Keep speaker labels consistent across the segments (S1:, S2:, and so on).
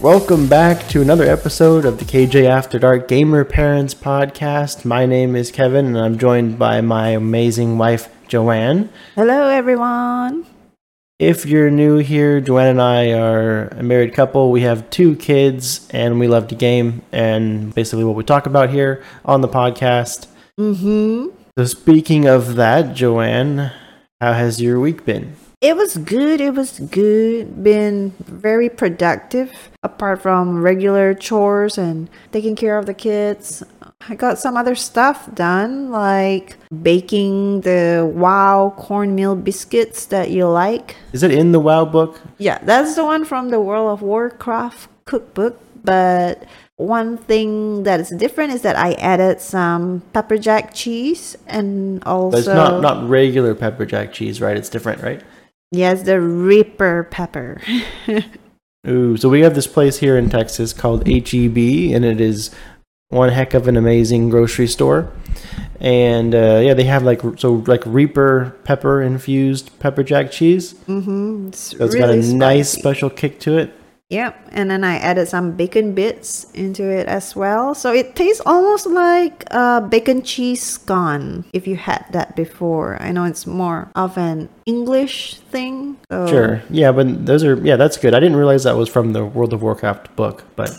S1: Welcome back to another episode of the KJ After Dark Gamer Parents Podcast. My name is Kevin, and I'm joined by my amazing wife, Joanne.
S2: Hello, everyone.
S1: If you're new here, Joanne and I are a married couple. We have two kids, and we love to game, and basically what we talk about here on the podcast.
S2: Mm-hmm.
S1: So, speaking of that, Joanne, how has your week been?
S2: It was good. It was good. Been very productive apart from regular chores and taking care of the kids. I got some other stuff done, like baking the wow cornmeal biscuits that you like.
S1: Is it in the WoW book?
S2: Yeah, that's the one from the World of Warcraft cookbook. But one thing that is different is that I added some pepper jack cheese and also
S1: But it's not not regular pepper jack cheese, right? It's different, right?
S2: yes, the Reaper pepper.
S1: Ooh, so we have this place here in Texas called HEB, and it is one heck of an amazing grocery store. And uh, yeah, they have like so like Reaper pepper infused pepper jack cheese.
S2: Mm-hmm. It's
S1: So it's
S2: really
S1: got a nice
S2: spicy.
S1: special kick to it.
S2: Yep, and then I added some bacon bits into it as well. So it tastes almost like a bacon cheese scone if you had that before. I know it's more of an English thing. So
S1: Sure, yeah, but those are yeah, that's good. I didn't realize that was from the World of Warcraft book, but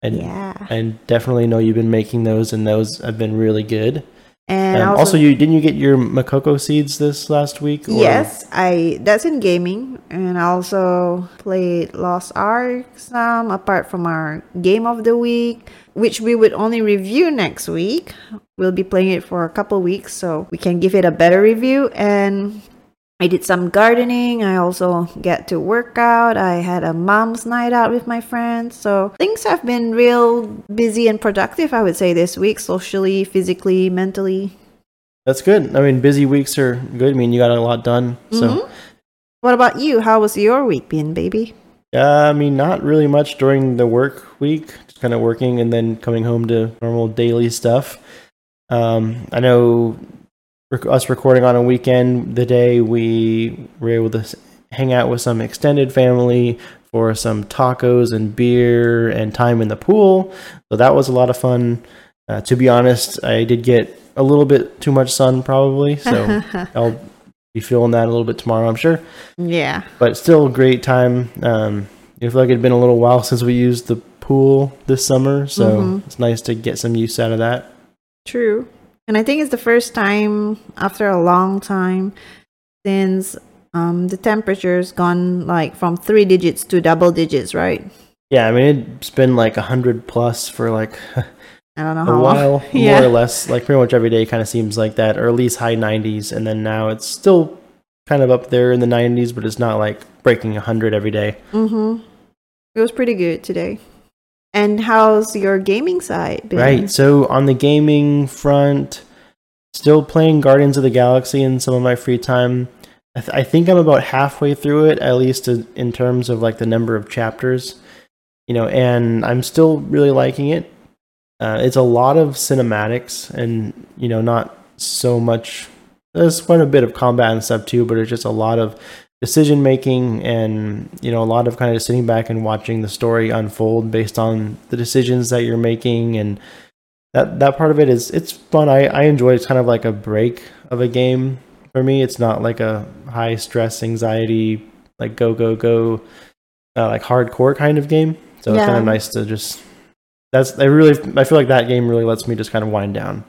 S1: and
S2: Yeah.
S1: and definitely know you've been making those, and those have been really good.
S2: And
S1: Um,
S2: also,
S1: also, you didn't you get your Makoko seeds this last week? or-
S2: yes, I that's in gaming, and I also played Lost Ark some apart from our game of the week, which we would only review next week. We'll be playing it for a couple weeks, so we can give it a better review. And I did some gardening. I also get to work out. I had a mom's night out with my friends. So things have been real busy and productive, I would say, this week, socially, physically, mentally.
S1: That's good. I mean, busy weeks are good. I mean, you got a lot done.
S2: Mm-hmm.
S1: So,
S2: What about you? How was your week been, baby?
S1: uh, I mean, not really much during the work week. Just kind of working and then coming home to normal daily stuff. Um, I know rec- us recording on a weekend, the day we were able to s- hang out with some extended family for some tacos and beer and time in the pool. So that was a lot of fun. Uh, to be honest, I did get a little bit too much sun probably, so I'll be feeling that a little bit tomorrow, I'm sure.
S2: Yeah.
S1: But still, a great time. Um, I feel like it'd been a little while since we used the pool this summer, so it's nice to get some use out of that.
S2: True. And I think it's the first time after a long time since um, the temperature's gone like from three digits to double digits, right?
S1: Yeah, I mean it's been like a hundred plus for like
S2: I don't know
S1: a
S2: how
S1: while,
S2: long. Uh-huh. yeah.
S1: more or less. Like pretty much every day kind of seems like that, or at least high 90s. And then now it's still kind of up there in the 90s, but it's not like breaking 100 every day.
S2: Mm-hmm. It was pretty good today. And how's your gaming side been?
S1: Right. So on the gaming front, still playing Guardians of the Galaxy in some of my free time. I, th- I think I'm about halfway through it, at least in in terms of like the number of chapters, you know, and I'm still really liking it. Uh, it's a lot of cinematics and, you know, not so much. There's quite a bit of combat and stuff too, but it's just a lot of decision making and, you know, a lot of kind of sitting back and watching the story unfold based on the decisions that you're making and that that part of it is it's fun. I I enjoy it. it's kind of like a break of a game for me. It's not like a high stress anxiety like go go go uh, like hardcore kind of game. So it's kind
S2: Yeah.
S1: of nice to just that's I really I feel like that game really lets me just kind of wind down.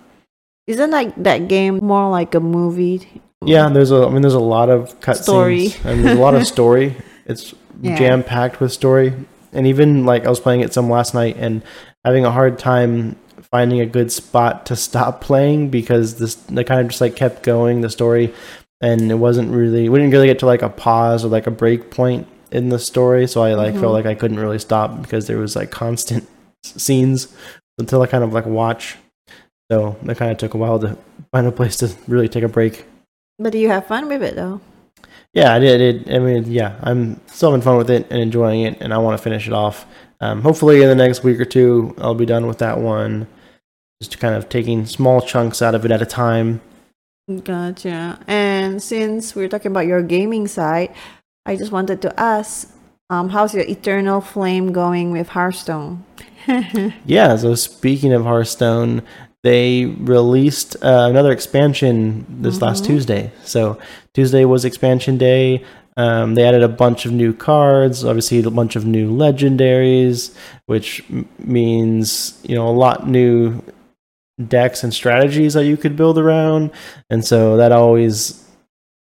S2: Isn't like that game more like a movie?
S1: Yeah, there's a I mean there's a lot of
S2: Story.
S1: cutscenes and there's a lot of story. It's
S2: Yeah.
S1: jam packed with story, and even like I was playing it some last night and having a hard time finding a good spot to stop playing because this they kind of just like kept going the story, and it wasn't really we didn't really get to like a pause
S2: Mm-hmm.
S1: or like a break point in the story, so I like felt like I couldn't really stop because there was like constant s- scenes until I kind of like watch. So that kind of took a while to find a place to really take a break.
S2: But you have fun with it though.
S1: Yeah, I did. It, I mean, yeah, I'm still having fun with it and enjoying it, and I want to finish it off. Um, hopefully, in the next week or two, I'll be done with that one. Just kind of taking small chunks out of it at a time.
S2: Gotcha. And since we're talking about your gaming side, I just wanted to ask, um, how's your Eternal Flame going with Hearthstone?
S1: Yeah, so speaking of Hearthstone, they released uh, another expansion this last Tuesday. So Tuesday was expansion day. Um, they added a bunch of new cards, obviously a bunch of new legendaries, which m- means you know a lot new decks and strategies that you could build around. And so that always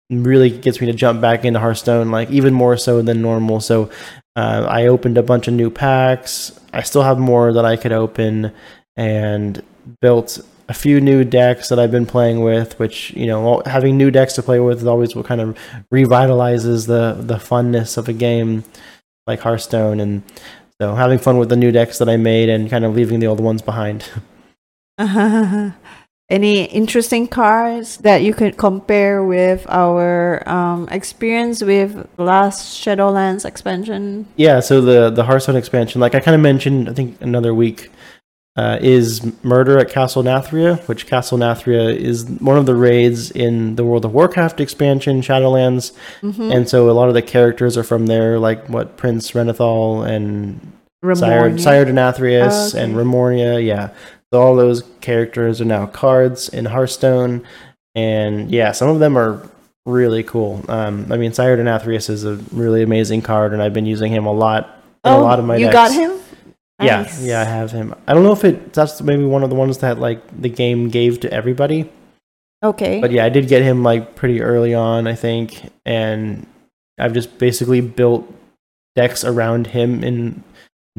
S1: really gets me to jump back into Hearthstone, like even more so than normal. So uh, I opened a bunch of new packs. I still have more that I could open and built a few new decks that I've been playing with, which, you know, all- having new decks to play with is always what kind of revitalizes the, the funness of a game like Hearthstone. And so having fun with the new decks that I made and kind of leaving the old ones behind.
S2: Any interesting cards that you could compare with our um, experience with last Shadowlands expansion?
S1: Yeah, so the the Hearthstone expansion, like I kind of mentioned, I think another week uh, is Murder at Castle Nathria, which Castle Nathria is one of the raids in the World of Warcraft expansion, Shadowlands,
S2: Mm-hmm.
S1: and so a lot of the characters are from there, like what Prince Renathal and Sire,
S2: Remornia. Oh,
S1: Sire Denathrius
S2: Okay.
S1: and Remornia, yeah. So all those characters are now cards in Hearthstone, and yeah, some of them are really cool. Um, I mean, Sire Denathrius is a really amazing card, and I've been using him a lot in a lot of my
S2: Oh, you
S1: decks.
S2: got him?
S1: Yeah,
S2: Nice.
S1: yeah, I have him. I don't know if it that's maybe one of the ones that like the game gave to everybody,
S2: Okay.
S1: but yeah, I did get him like pretty early on, I think, and I've just basically built decks around him in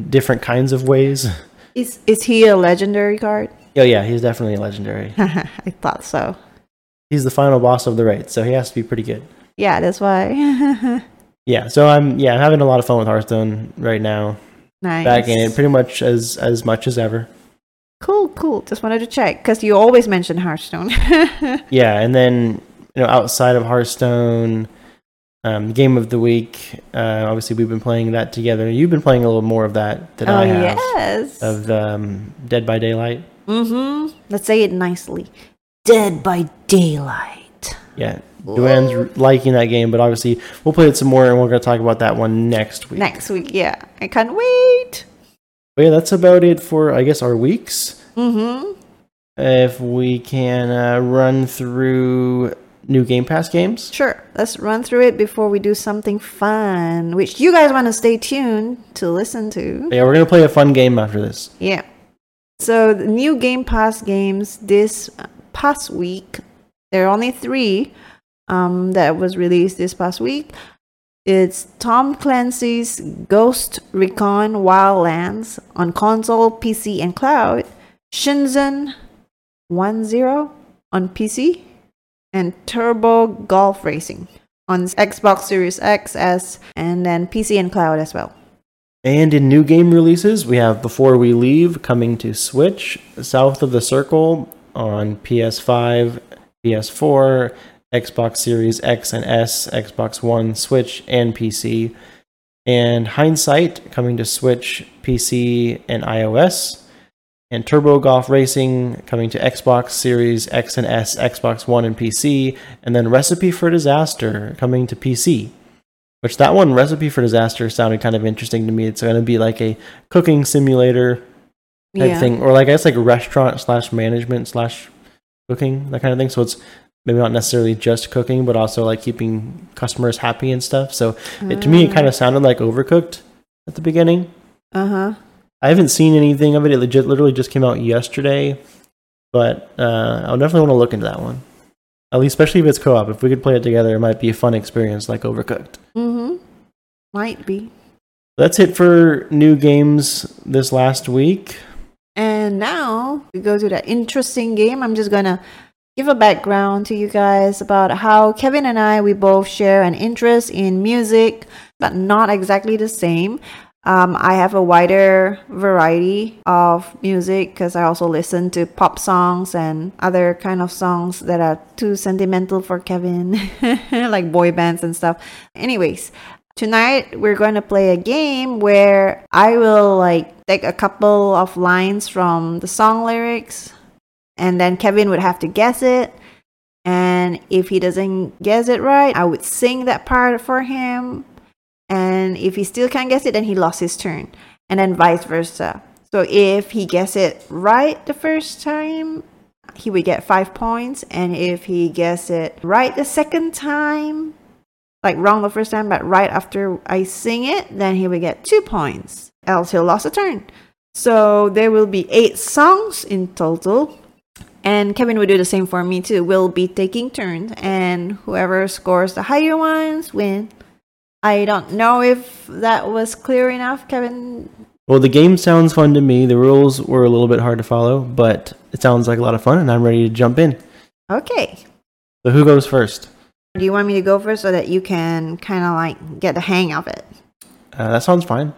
S1: different kinds of ways.
S2: Is is he a legendary card?
S1: Oh yeah, he's definitely legendary.
S2: I thought so.
S1: He's the final boss of the raid, so he has to be pretty good.
S2: Yeah, that's why.
S1: Yeah, so I'm yeah, I'm having a lot of fun with Hearthstone right now.
S2: nice.
S1: Back in it pretty much as as much as ever.
S2: Cool, cool. Just wanted to check because you always mention Hearthstone.
S1: Yeah, and then you know outside of Hearthstone, um, game of the week. Uh, obviously, we've been playing that together. You've been playing a little more of that than
S2: oh
S1: I have
S2: yes.
S1: of um, Dead by Daylight.
S2: mm-hmm. Let's say it nicely. Dead by Daylight.
S1: Yeah, Duane's liking that game, but obviously we'll play it some more, and we're going to talk about that one next week.
S2: Next week, yeah. I can't wait.
S1: But yeah, that's about it for I guess our weeks.
S2: Mm-hmm.
S1: if we can uh, run through new Game Pass games.
S2: Sure. Let's run through it before we do something fun, which you guys want to stay tuned to listen to.
S1: Yeah, we're gonna play a fun game after this.
S2: Yeah. So the new Game Pass games this past week, there are only three um, that was released this past week. It's Tom Clancy's Ghost Recon Wildlands on console, PC, and cloud. Shinzen 1-0 on PC, and Turbo Golf Racing on Xbox Series X, S, and then PC and cloud as well.
S1: And in new game releases, we have Before We Leave coming to Switch, South of the Circle on PS5, PS4, Xbox Series X and S, Xbox One, Switch, and PC. And Hindsight coming to Switch, PC, and iOS. And Turbo Golf Racing coming to Xbox Series X and S, Xbox One, and PC. And then Recipe for Disaster coming to PC which that one recipe for disaster sounded kind of interesting to me it's going to be like a cooking simulator type thing or like i guess like restaurant slash management slash cooking that kind of thing so it's maybe not necessarily just cooking but also like keeping customers happy and stuff so it, to me it kind of sounded like overcooked at the beginning
S2: Uh-huh.
S1: i haven't seen anything of it it legit literally just came out yesterday but uh, i'll definitely want to look into that one at least especially if it's co-op if we could play it together it might be a fun experience like overcooked
S2: Mm-hmm. Might be.
S1: That's it for new games this last week.
S2: And now we go to that interesting game. I'm just gonna give a background to you guys about how Kevin and I we both share an interest in music, but not exactly the same. Um, I have a wider variety of music because I also listen to pop songs and other kind of songs that are too sentimental for Kevin, like boy bands and stuff. Anyways, tonight we're going to play a game where I will like take a couple of lines from the song lyrics and then Kevin would have to guess it. And if he doesn't guess it right, I would sing that part for him. And if he still can't guess it, then he lost his turn. And then vice versa. So if he gets it right the first time, he would get five points. And if he gets it right the second time, like wrong the first time, but right after I sing it, then he will get two points. Else he'll lost a turn. So there will be eight songs in total. And Kevin will do the same for me too. We'll be taking turns, and whoever scores the higher ones win. I don't know if that was clear enough, Kevin.
S1: Well, the game sounds fun to me. The rules were a little bit hard to follow, but it sounds like a lot of fun, and I'm ready to jump in.
S2: Okay.
S1: So, who goes first?
S2: Do you want me to go first so that you can kind of like get the hang of it?
S1: Uh, that sounds fine.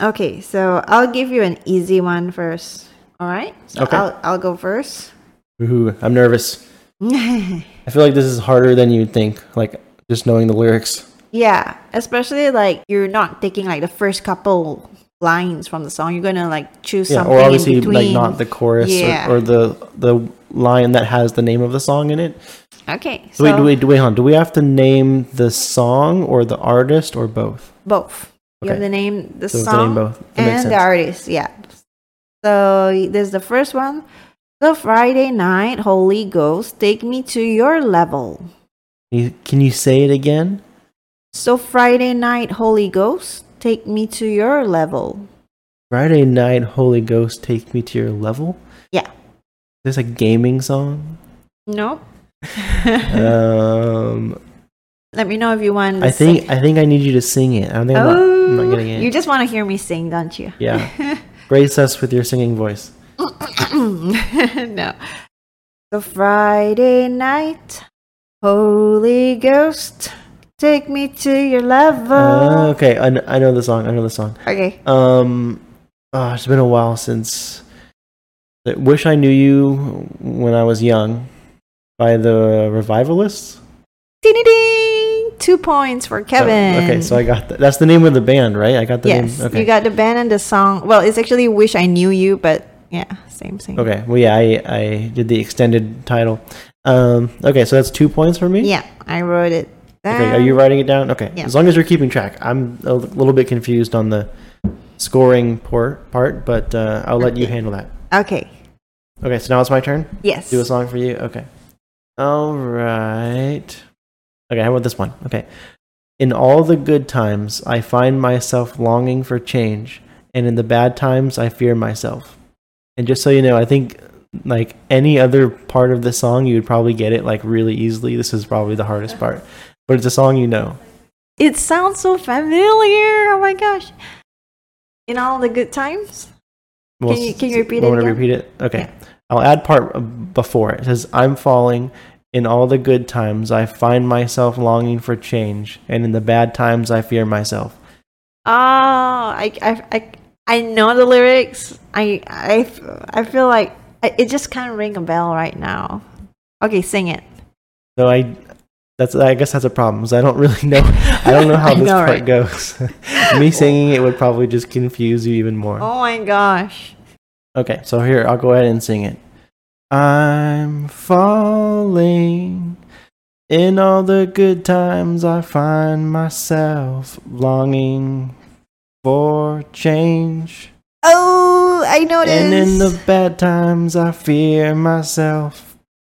S2: Okay, so I'll give you an easy one first. All right? So
S1: Okay.
S2: I'll, I'll go first.
S1: Ooh, I'm nervous. I feel like this is harder than you'd think, like just knowing the lyrics.
S2: Yeah, especially like you're not taking like the first couple lines from the song. You're gonna like choose
S1: Yeah,
S2: something
S1: or obviously
S2: in
S1: like
S2: between.
S1: not the chorus
S2: Yeah.
S1: or, or the the line that has the name of the song in it.
S2: okay. So
S1: So wait, wait, wait, on. Do we have to name the song or the artist or both?
S2: both. You have
S1: Okay.
S2: the name, the
S1: So it's the name
S2: song,
S1: both. That makes
S2: and the
S1: sense.
S2: artist. Yeah. So there's the first one. The Friday night, Holy Ghost, take me to your level.
S1: You- Can you say it again?
S2: So Friday night, Holy Ghost, take me to your level.
S1: Friday night, Holy Ghost, take me to your level.
S2: Yeah.
S1: Is this a gaming song?
S2: Nope.
S1: um,
S2: Let me know if you want. to
S1: Uh, I think
S2: sing.
S1: I think I need you to sing it. I don't think I'm, not, I'm not
S2: Oh,
S1: getting it.
S2: you just want to hear me sing, don't you?
S1: yeah. Grace us with your singing voice.
S2: no. The Friday night, Holy Ghost, take me to your
S1: Uh,
S2: Oh. level.
S1: okay, I, kn- I know the song. I know the song.
S2: okay.
S1: Um, ah, it's been a while since. I Wish I knew you when I was young, by the Revivalists.
S2: Ding, ding, ding. Two points for
S1: Oh,
S2: Kevin.
S1: okay, so I got that. That's the name of the band, right? I got the
S2: yes,
S1: name. Okay.
S2: you got the band and the song. Well, it's actually "Wish I Knew You," but yeah, same thing.
S1: okay. Well, yeah, I I did the extended title. Um. Okay, so that's two points for me.
S2: Yeah, I wrote it.
S1: Okay, are you writing it down? Okay.
S2: Yeah.
S1: As long as you're keeping track. I'm a little bit confused on the scoring por- part, but uh, I'll let you handle that.
S2: down? Okay.
S1: Okay, so now it's my turn.
S2: Yes.
S1: Do a song for you? Okay. All right. Okay, how about this one? Okay. In all the good times, I find myself longing for change, and in the bad times, I fear myself. And just so you know, I think like any other part of the song, you would probably get it like really easily. This is probably the hardest part, but it's a song you know.
S2: It sounds so familiar. Oh my gosh. In all the good times.
S1: Well,
S2: Can you-
S1: s-
S2: can you
S1: s-
S2: repeat
S1: want
S2: it
S1: me to
S2: again?
S1: repeat it? Okay. I'll add part uh, before. It says, I'm falling. In all the good times, I find myself longing for change. And in the bad times, I fear myself.
S2: Oh, I, I, I, I know the lyrics. I, I, I feel like I, it just can't ring a bell right now. Okay, sing it.
S1: So I. That's, I guess that's a problem. 'cause I don't really know. I don't know
S2: I
S1: how this
S2: know,
S1: part
S2: right?
S1: goes. Me singing it would probably just confuse you even more.
S2: Oh my gosh.
S1: Okay, so here, I'll go ahead and sing it. I'm falling. In all the good times, I find myself longing for change.
S2: Oh, I know
S1: And in
S2: this.
S1: the bad times, I fear myself.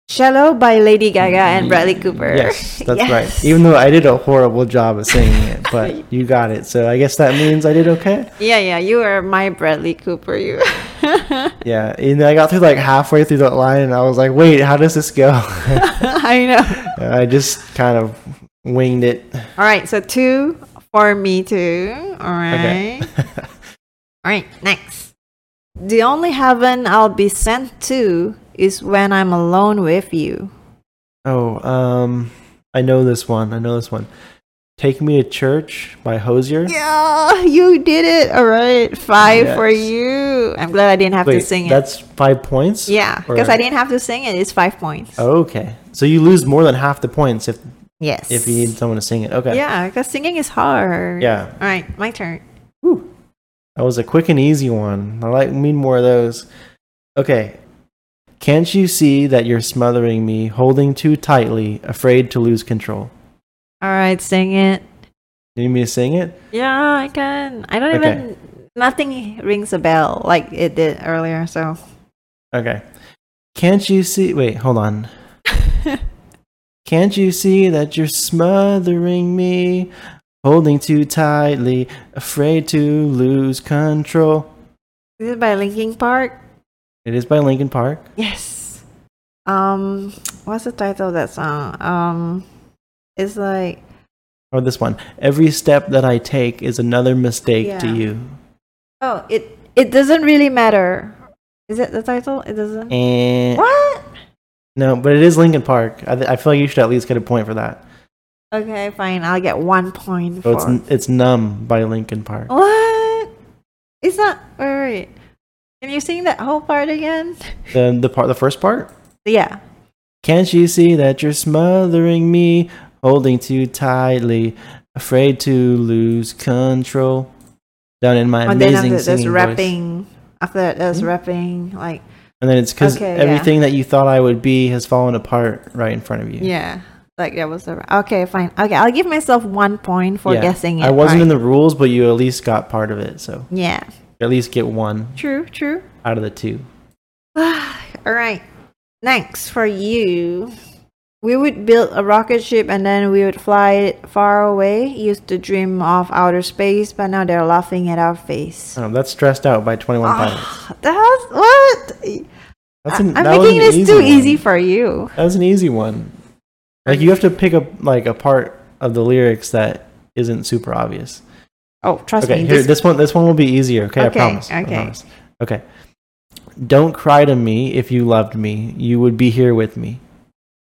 S2: Shallow by Lady Gaga and Bradley Cooper.
S1: Yes, that's
S2: Yes.
S1: right. Even though I did a horrible job of singing it, but you got it. So I guess that means I did okay.
S2: yeah, yeah, you are my Bradley Cooper. You.
S1: Yeah, and I got through like halfway through that line, and I was like, wait, how does this go?
S2: I know.
S1: I just kind of winged it.
S2: All right, so two for me too. All right.
S1: Okay.
S2: All right, next. The only heaven I'll be sent to is when I'm alone with you.
S1: oh, um, I know this one. I know this one. Take Me to Church by Hosier.
S2: Yeah, you did it. All right, five for
S1: Yes.
S2: you. I'm glad I didn't have to
S1: Wait,
S2: sing it.
S1: that's five points?
S2: Yeah, because
S1: or-
S2: I didn't have to sing it. It's five points.
S1: Oh, Okay. So you lose more than half the points if
S2: Yes.
S1: if you need someone to sing it. Okay.
S2: Yeah, because singing is hard.
S1: Yeah.
S2: All right, my turn.
S1: That was a quick and easy one. I like need more of those. Okay. Can't you see that you're smothering me, holding too tightly, afraid to lose control?
S2: All right, sing it.
S1: You need me to sing it?
S2: Yeah, I can. I don't
S1: Okay.
S2: even. Nothing rings a bell like it did earlier. So
S1: Okay. Can't you see? Wait, hold on. Can't you see that you're smothering me, holding too tightly, afraid to lose control?
S2: this is by Linkin Park.
S1: It is by Linkin Park.
S2: Yes. Um, what's the title of that song? Um, it's like
S1: Or this one. Every step that I take is another mistake to
S2: Yeah.
S1: you.
S2: oh, it it doesn't really matter. Is it the title? It doesn't.
S1: And
S2: What?
S1: no, but it is Linkin Park. I, th- I feel like you should at least get a point for that.
S2: Okay, fine. I'll get one point
S1: So
S2: for.
S1: it's it's numb by Linkin Park.
S2: Oh. what? It's not. Wait, wait. Can you sing that whole part again?
S1: The the part the first part.
S2: yeah.
S1: Can't you see that you're smothering me, holding too tightly, afraid to lose control? Down in my
S2: And then
S1: amazing
S2: after that, there's
S1: singing voice. Hmm?
S2: rapping. After that, there's rapping. Like
S1: And then it's because
S2: Okay, yeah.
S1: everything that you thought I would be has fallen apart right in front of you.
S2: yeah. Like that was the okay, fine. Okay, I'll give myself one point for
S1: Yeah.
S2: guessing it.
S1: I wasn't in the rules, but you at least got part of it, so
S2: the yeah.
S1: you at least get one
S2: True, true.
S1: out of the two.
S2: All right. Next for you. We would build a rocket ship and then we would fly it far away. Used to dream of outer space, but now they're laughing at our face.
S1: Oh, that's stressed out by Twenty One Pilots.
S2: Ah, that's what?
S1: That's an, that
S2: I'm
S1: was
S2: making
S1: an
S2: this too
S1: one.
S2: easy for you.
S1: That was an easy one. Like you have to pick up like a part of the lyrics that isn't super obvious.
S2: Oh, trust
S1: Okay,
S2: me.
S1: here
S2: this-
S1: this one this one will be easier. Okay, I
S2: Okay,
S1: promise. I
S2: okay.
S1: promise. Okay. Don't cry to me if you loved me. You would be here with me.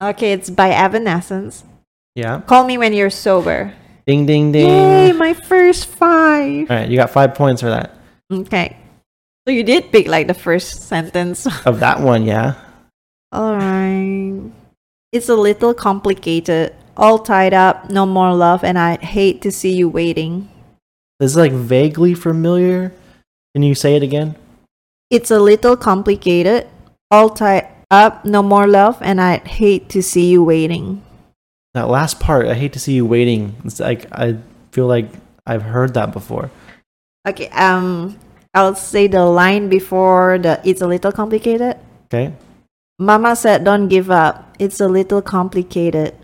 S2: okay, it's by Evanescence.
S1: Yeah.
S2: Call me when you're sober.
S1: Ding ding ding.
S2: Yay, my first five.
S1: All right, you got 5 points for that.
S2: Okay. So you did pick like the first sentence.
S1: Of that one, yeah.
S2: All right. It's a little complicated. All tied up, no more love, and I'd hate to see you waiting.
S1: This is like vaguely familiar. Can you say it again?
S2: It's a little complicated. All tied up, no more love, and I'd hate to see you waiting.
S1: That last part, I hate to see you waiting. It's like I feel like I've heard that before.
S2: Okay, um, I'll say the line before the it's a little complicated.
S1: Okay?
S2: Mama said, don't give up. It's a little complicated.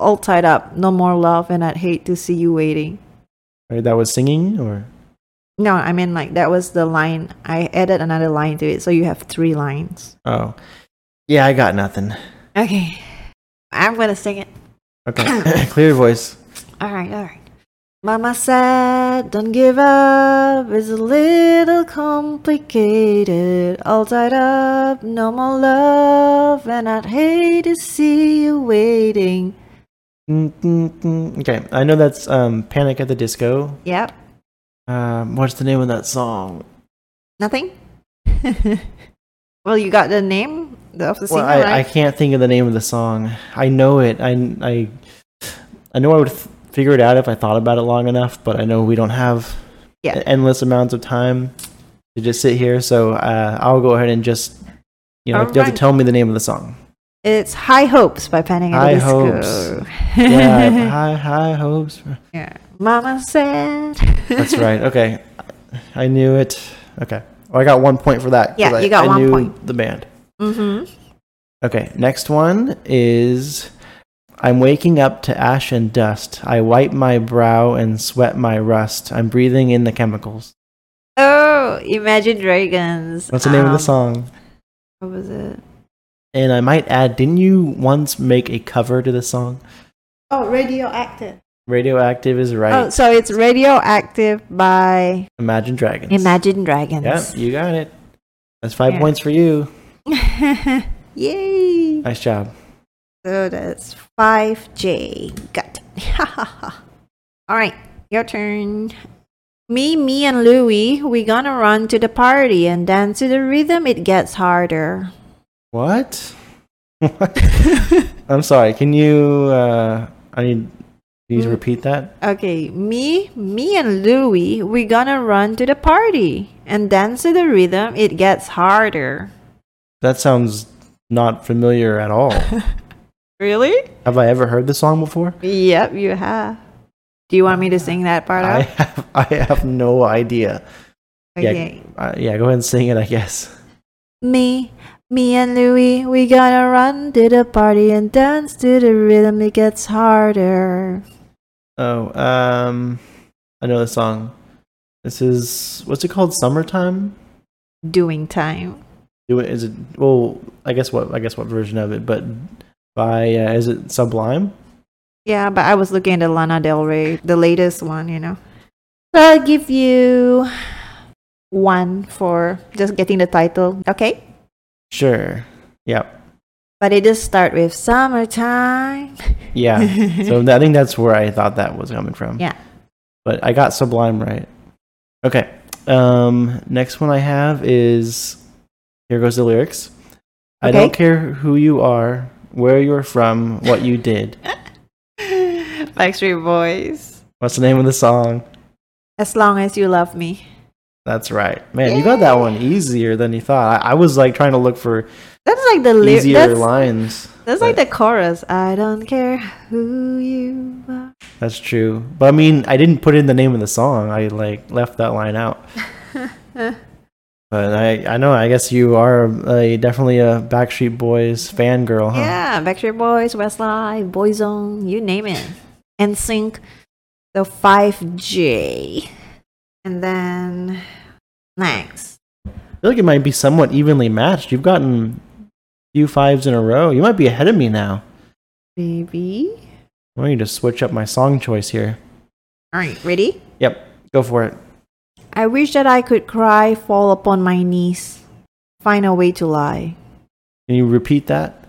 S2: All tied up, no more love, and I'd hate to see you waiting.
S1: Right, that was singing or
S2: No, I mean like that was the line. I added another line to it, so you have three lines.
S1: Oh. Yeah, I got nothing.
S2: Okay. I'm gonna sing it.
S1: Okay. Clear voice.
S2: Alright, alright. Mama said, don't give up. It's a little complicated. All tied up, no more love. And I'd hate to see you waiting.
S1: Mm, mm, mm. Okay, I know that's um, Panic at the Disco.
S2: Yep.
S1: Um, what's the name of that song?
S2: Nothing? well, you got the name of the singer,
S1: Well, I, I
S2: right?
S1: can't think of the name of the song. I know it. I, I, I know I would f- figure it out if I thought about it long enough, but I know we don't have
S2: Yeah.
S1: e- endless amounts of time to just sit here, so uh, I'll go ahead and just, you know, you have to
S2: Alright.
S1: tell me the name of the song.
S2: It's High Hopes by Panic at
S1: High
S2: the Disco.
S1: Hopes. Yeah, I have high, high hopes. for-
S2: Yeah. Mama said.
S1: That's right. Okay. I knew it. Okay. Well, I got one point for that. 'cause
S2: Yeah,
S1: I,
S2: you got
S1: I
S2: one
S1: knew
S2: point.
S1: The band.
S2: hmm
S1: Okay. Next one is I'm waking up to ash and dust. I wipe my brow and sweat my rust. I'm breathing in the chemicals.
S2: Oh, Imagine Dragons.
S1: What's the name of the
S2: Um,
S1: song?
S2: What was it?
S1: And I might add, didn't you once make a cover to the song?
S2: Oh, Radioactive.
S1: Radioactive is right.
S2: Oh, so it's Radioactive by
S1: Imagine Dragons.
S2: Imagine
S1: Yep,
S2: Dragons.
S1: you got it. That's five
S2: Yeah.
S1: points for you.
S2: Yay!
S1: Nice job.
S2: So that's 5J. Got it. All right, your turn. Me, me, and Louie, we gonna run to the party and dance to the rhythm. It gets harder.
S1: What? I'm sorry. Can you? Uh, I need. Can
S2: Hmm?
S1: you repeat that?
S2: Okay, me, me, and Louie, we gonna run to the party and dance to the rhythm. It gets harder.
S1: That sounds not familiar at all.
S2: Really?
S1: Have I ever heard the song before?
S2: Yep, you have. Do you want me to sing that part
S1: I
S2: out?
S1: have. I have no idea.
S2: Okay.
S1: Yeah. Uh, yeah. Go ahead and sing it. I guess.
S2: Me, me and Louie, we gonna run to the party and dance to the rhythm. It gets harder.
S1: Oh. Um. I know the song. This is what's it called? Summertime.
S2: Doing time.
S1: Do it. Is it? Well, I guess what? I guess what version of it? But by uh, is it Sublime?
S2: Yeah, but I was looking at the Lana Del Rey, the latest one, you know. So I'll give you one for just getting the title, okay?
S1: Sure. Yep.
S2: But it does start with summertime.
S1: Yeah. so I think that's where I thought that was coming from.
S2: Yeah.
S1: But I got Sublime right. Okay. Um, next one I have is here goes the lyrics. I don't
S2: Okay.
S1: care who you are, where you're from, what you did.
S2: Backstreet Boys.
S1: What's the name of the song?
S2: As long as you love me.
S1: That's right. Man, you got that one easier than you thought. I, I was like trying to look for
S2: That's like the lyric.
S1: easier
S2: That's,
S1: lines.
S2: that's like the chorus. I don't care who you are.
S1: That's true. But I mean, I didn't put in the name of the song. I like left that line out. but I, I know. I guess you are a, definitely a Backstreet Boys fangirl, huh?
S2: Yeah, Backstreet Boys, Westlife, Boyzone, you name it. And sync the 5J. And then next.
S1: I feel like it might be somewhat evenly matched. You've gotten few fives in a row. You might be ahead of me now.
S2: Maybe.
S1: I need to switch up my song choice here.
S2: All right, ready?
S1: Yep, go for it.
S2: I wish that I could cry, fall upon my knees, find a way to lie.
S1: Can you repeat that?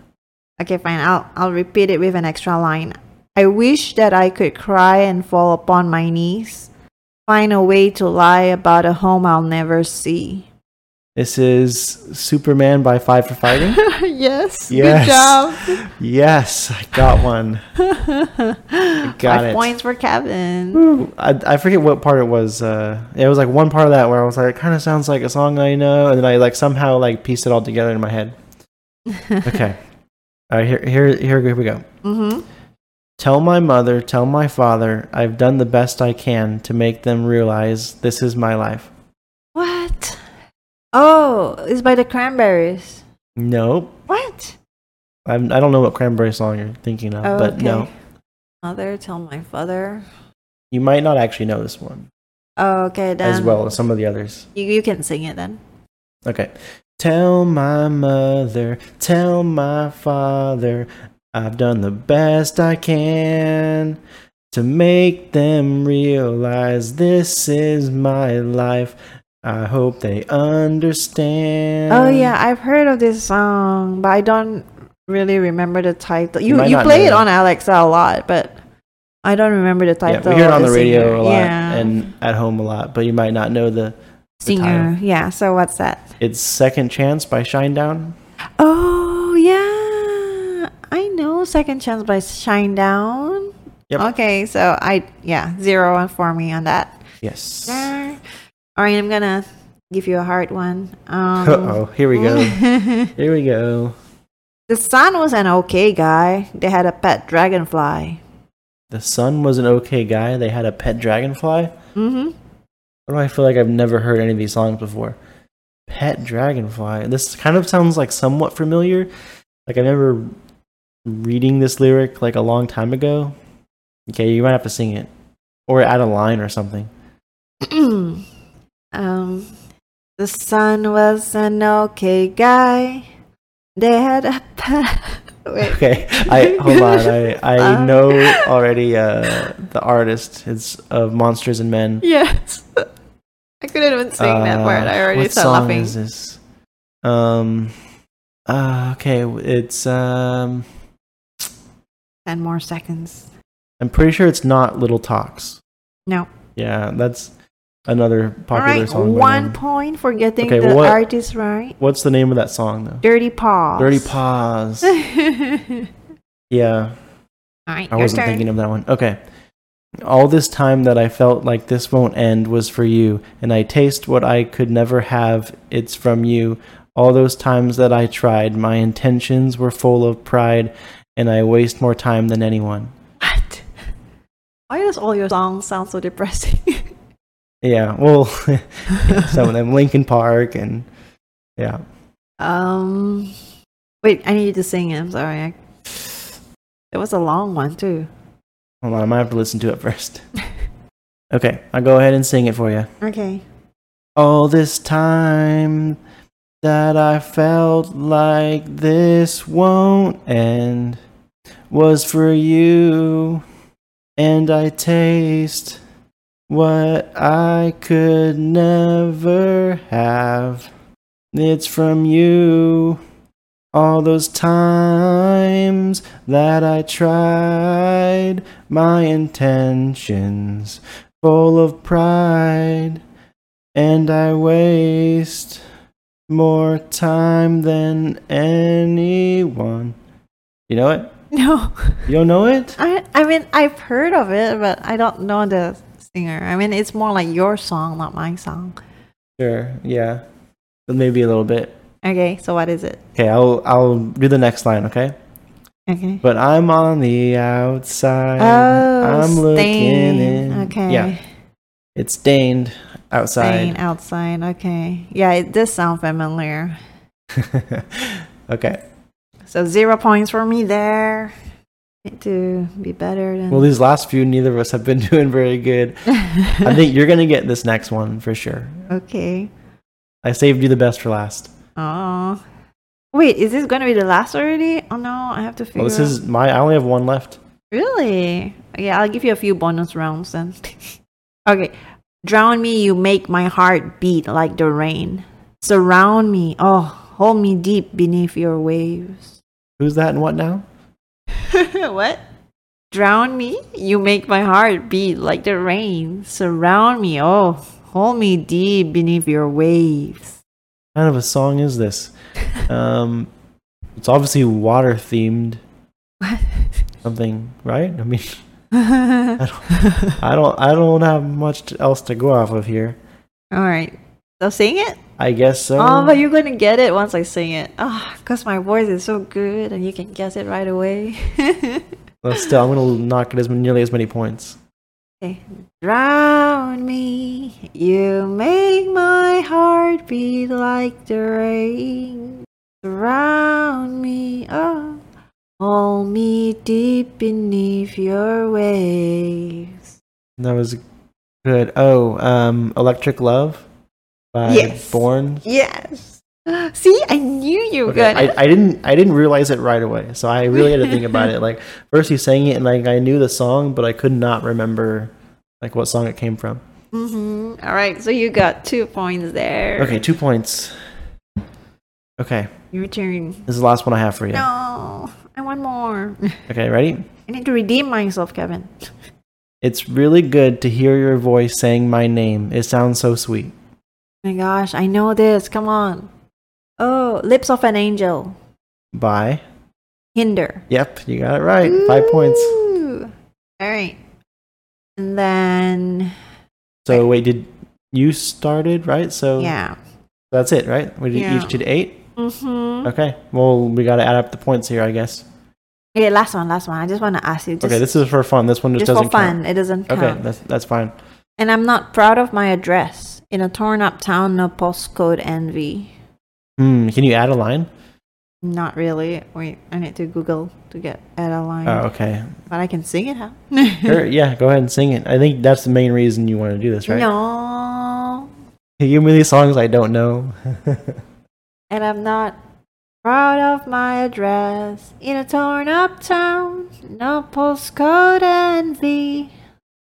S2: Okay, fine. I'll I'll repeat it with an extra line. I wish that I could cry and fall upon my knees, find a way to lie about a home I'll never see.
S1: This is Superman by Five for Fighting.
S2: yes,
S1: Yes.
S2: Good job.
S1: yes, I got one. got
S2: Five
S1: it.
S2: points for Kevin.
S1: Woo. I, I forget what part it was. Uh, it was like one part of that where I was like, it kind of sounds like a song I know, and then I like somehow like pieced it all together in my head. okay, all right, here, here, here, here we go.
S2: hmm
S1: Tell my mother, tell my father, I've done the best I can to make them realize this is my life.
S2: What? Oh, it's by the Cranberries.
S1: Nope,
S2: What?
S1: I'm, I don't know what cranberry song you're thinking of,
S2: Oh,
S1: but no,
S2: Mother, tell my father.
S1: you might not actually know this one
S2: Okay, then.
S1: as well as some of the others.
S2: You, you can sing it then.
S1: Okay. Tell my mother, tell my father, I've done the best I can to make them realize this is my life. I hope they understand.
S2: oh yeah, I've heard of this song, but I don't really remember the title.
S1: You
S2: You
S1: might
S2: you,
S1: not
S2: play
S1: know
S2: it
S1: that.
S2: on Alexa a lot, but I don't remember the
S1: Yeah,
S2: title.
S1: we hear it
S2: of
S1: on the radio
S2: singer.
S1: a lot
S2: Yeah.
S1: and at home a lot, but you might not know the.
S2: singer. Yeah. So what's that?
S1: It's Second Chance by Shinedown.
S2: Oh yeah, I know. Second Chance by Shinedown.
S1: Yep.
S2: Okay, so I yeah zero one for me on that.
S1: Yes. Uh
S2: All right, I'm gonna give you a hard one. Um,
S1: oh, here we go. Here we go.
S2: The son was an okay guy. They had a pet dragonfly.
S1: The son was an okay guy. They had a pet dragonfly.
S2: Mm-hmm.
S1: Why do I feel like I've never heard any of these songs before? Pet Dragonfly. This kind of sounds like somewhat familiar. Like I remember reading this lyric like a long time ago. Okay, you might have to sing it. Or add a line or something.
S2: um, the son was an okay guy. They had a pet. Wait.
S1: Okay. I hold on. I, I
S2: Um.
S1: know already uh the artist. It's of Monsters and Men.
S2: Yes. I couldn't even sing that
S1: Uh,
S2: word. I already
S1: what
S2: started
S1: song
S2: laughing.
S1: is this? Um uh, okay, it's um
S2: Ten more seconds.
S1: I'm pretty sure it's not Little Talks.
S2: No.
S1: Yeah, that's another
S2: All
S1: popular
S2: right,
S1: song. by
S2: one
S1: them.
S2: point for getting
S1: Okay,
S2: the
S1: what-
S2: artist right.
S1: What's the name of that song though?
S2: Dirty paws.
S1: Dirty Paws.
S2: All
S1: yeah,
S2: right,
S1: I
S2: your
S1: wasn't
S2: turn.
S1: thinking of that one. Okay. All this time that I felt like this won't end was for you, and I taste what I could never have. It's from you. All those times that I tried, my intentions were full of pride, and I waste more time than anyone.
S2: What? Why does all your songs sound so depressing?
S1: Yeah, well, some of them, Lincoln Park, and yeah.
S2: um, wait, I need you to sing it. I'm sorry. I, it was a long one too.
S1: Hold on, I might have to listen to it first. Okay, I'll go ahead and sing it for you.
S2: Okay.
S1: All this time that I felt like this won't end was for you, and I taste what I could never have. It's from you. All those times that I tried my intentions full of pride and I waste more time than anyone. You know it?
S2: No,
S1: You don't know it?
S2: I I mean I've heard of it, but I don't know the singer. I mean it's more like your song, not my song.
S1: Sure. Yeah. But Maybe a little bit.
S2: Okay, so what is it?
S1: Okay, I'll I'll do the next line, okay?
S2: Okay.
S1: But I'm on the outside.
S2: oh,
S1: I'm
S2: stain.
S1: looking in.
S2: Okay.
S1: Yeah. It's stained
S2: Stain
S1: outside.
S2: outside. Okay. Yeah, it does sound familiar.
S1: okay.
S2: So zero points for me there. Need to be better than.
S1: Well, these last few neither of us have been doing very good. I think you're going to get this next one for sure.
S2: okay.
S1: I saved you the best for last.
S2: Oh. Wait, is this gonna be the last already? Oh no, I have to figure.
S1: Well, this
S2: out-
S1: is my. I only have one left.
S2: Really? Yeah, I'll give you a few bonus rounds then. okay. Drown me, you make my heart beat like the rain. Surround me, oh, hold me deep beneath your waves.
S1: Who's that and what now?
S2: what? Drown me, you make my heart beat like the rain. Surround me, oh, hold me deep beneath your waves.
S1: What kind of a song is this? Um, it's obviously water themed. Something, right? I mean,
S2: All
S1: I don't, I don't have much to- else to go off of here.
S2: right. So sing it?
S1: I guess so.
S2: Oh, but you're going to get it once I sing it. Ah, because my voice is so good and you can guess it right away.
S1: Well, still, I'm gonna not get as many, nearly as many points.
S2: Okay. Drown me, you make my heart beat like the rain. Drown me, oh, hold me deep beneath your waves.
S1: That was good. Oh, um, Electric Love by
S2: Yes.
S1: Born.
S2: Yes. See, I knew you were
S1: Okay,
S2: good.
S1: I, I didn't I didn't realize it right away, so I really had to think about it. Like first he sang it, and like I knew the song, but I could not remember like what song it came from.
S2: hmm All right, so you got two points there.
S1: Okay, two points. Okay,
S2: Your turn.
S1: this is the last one I have for you.
S2: No, I want more.
S1: Okay, ready?
S2: I need to redeem myself, Kevin. Oh
S1: It's really good to hear your voice saying my name. It sounds so sweet.
S2: my gosh, I know this. Come on. Oh, Lips of an Angel.
S1: Bye.
S2: Hinder.
S1: Yep, you got it right. Five points.
S2: Ooh. All right. And then,
S1: So wait, did you started right? So
S2: yeah.
S1: that's it, right? We did,
S2: Yeah.
S1: each did eight.
S2: Mm-hmm.
S1: Okay. Well, we got to add up the points here, I guess.
S2: Okay, last one, last one. I just want to ask you. Just,
S1: okay, this is for fun. This one just,
S2: just for
S1: doesn't count.
S2: fun. It doesn't count.
S1: Okay, that's that's fine.
S2: And I'm not proud of my address. In a torn up town, no postcode envy.
S1: Hmm, can you add a line?
S2: Not really. Wait, I need to Google to get at a line.
S1: Oh, okay.
S2: But I can sing it, huh?
S1: Sure, yeah, go ahead and sing it. I think that's the main reason you want to do this, right?
S2: No.
S1: Give me these songs I don't know.
S2: and I'm not proud of my address in a torn up town. No postcode envy.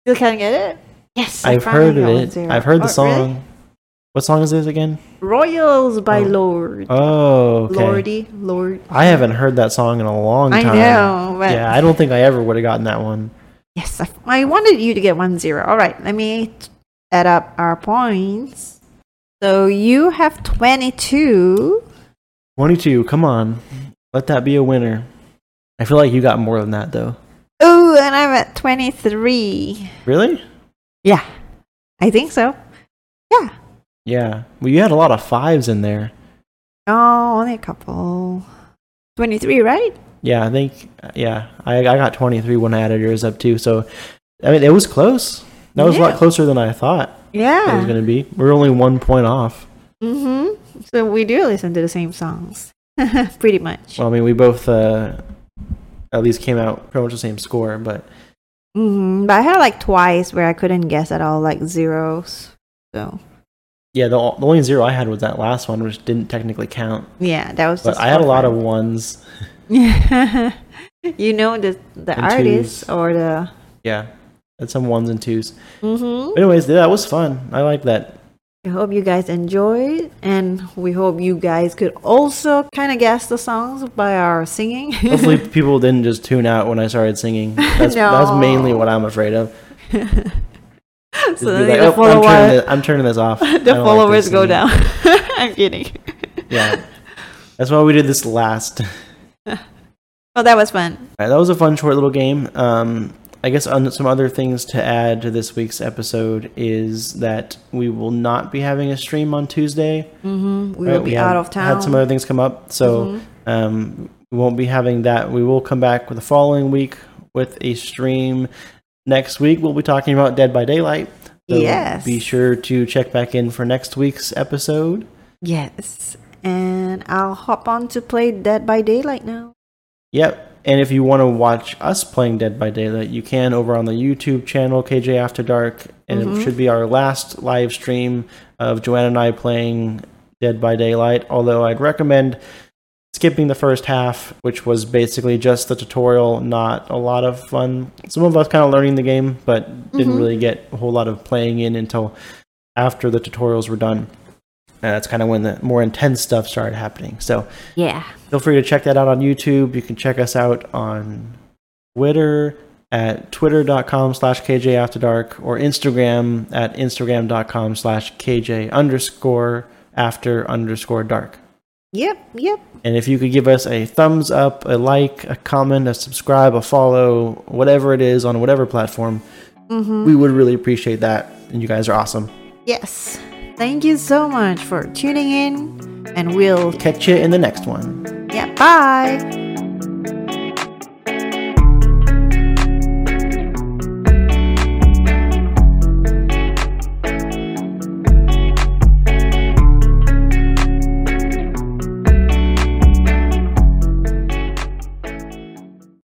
S2: You can't get it? Yes, I
S1: I've
S2: finally
S1: heard of
S2: got one
S1: it.
S2: zero.
S1: I've heard the
S2: Oh,
S1: song.
S2: really?
S1: What song is this again?
S2: Royals by
S1: Oh.
S2: Lord.
S1: Oh, okay.
S2: Lordy, Lord.
S1: I haven't heard that song in a long
S2: I
S1: time.
S2: know, but
S1: Yeah, I don't think I ever would have gotten that one.
S2: Yes, I, I wanted you to get one zero. All right, let me t- add up our points. So you have 22.
S1: 22, come on. Let that be a winner. I feel like you got more than that, though.
S2: Oh, and I'm at 23.
S1: Really?
S2: Yeah, I think so. Yeah.
S1: Yeah. Well, you had a lot of fives in there.
S2: Oh, only a couple. 23, right?
S1: Yeah, I think, yeah, I, I got 23 when I added yours up, too. So, I mean, it was close. That was a lot
S2: Yeah.
S1: closer than I thought it was
S2: Yeah.
S1: going to be. We're only one point off.
S2: Mm-hmm. So we do listen to the same songs. Pretty much.
S1: Well, I mean, we both uh, at least came out pretty much the same score, but
S2: hmm But I had like twice where I couldn't guess at all, like zeros. So
S1: yeah, the, the only zero I had was that last one, which didn't technically count.
S2: yeah, that was.
S1: But
S2: just
S1: I had a
S2: for
S1: lot of
S2: fun.
S1: ones.
S2: you know the the
S1: And
S2: artist
S1: twos.
S2: or the.
S1: Yeah, and some ones and twos.
S2: hmm
S1: Anyways, yeah, that was fun. I like that.
S2: I hope you guys enjoyed, and we hope you guys could also kind of guess the songs by our singing.
S1: Hopefully, people didn't just tune out when I started singing. That's, that's
S2: No.
S1: mainly what I'm afraid of. Just
S2: so
S1: be
S2: then
S1: like,
S2: the,
S1: "Oh, I'm, turning
S2: follower,
S1: this, I'm turning this off. I
S2: the
S1: don't like
S2: followers
S1: this
S2: go
S1: singing."
S2: down. I'm kidding.
S1: Yeah, that's why we did this last.
S2: Well, that was fun.
S1: All right, that was a fun short little game. Um, I guess on some other things to add to this week's episode is that we will not be having a stream on Tuesday.
S2: hmm We
S1: right?
S2: will be
S1: had-
S2: out of town. Mm-hmm.
S1: Had some other things come up, so um, we won't be having that. We will come back with the following week with a stream. Next week we'll be talking about Dead by Daylight.
S2: Yes.
S1: Be sure to check back in for next week's episode.
S2: Yes. And I'll hop on to play Dead by Daylight now.
S1: Yep. And if you want to watch us playing Dead by Daylight, you can over on the YouTube channel KJ After Dark, and it should be our last live stream of Joanna and I playing Dead by Daylight. Although I'd recommend skipping the first half, which was basically just the tutorial, not a lot of fun. Some of us kind of learning the game, but didn't
S2: Mhm.
S1: really get a whole lot of playing in until after the tutorials were done. And that's kind of when the more intense stuff started happening. So
S2: Yeah.
S1: feel free to check that out on YouTube. You can check us out on Twitter at twitter.com slash KJ After Dark or Instagram at Instagram.com slash KJ underscore after underscore dark.
S2: Yep. Yep.
S1: And if you could give us a thumbs up, a like, a comment, a subscribe, a follow, whatever it is on whatever platform, we would really appreciate that. And you guys are awesome.
S2: Yes. Thank you so much for tuning in. And we'll.
S1: Catch you in the next one.
S2: Yeah. Bye.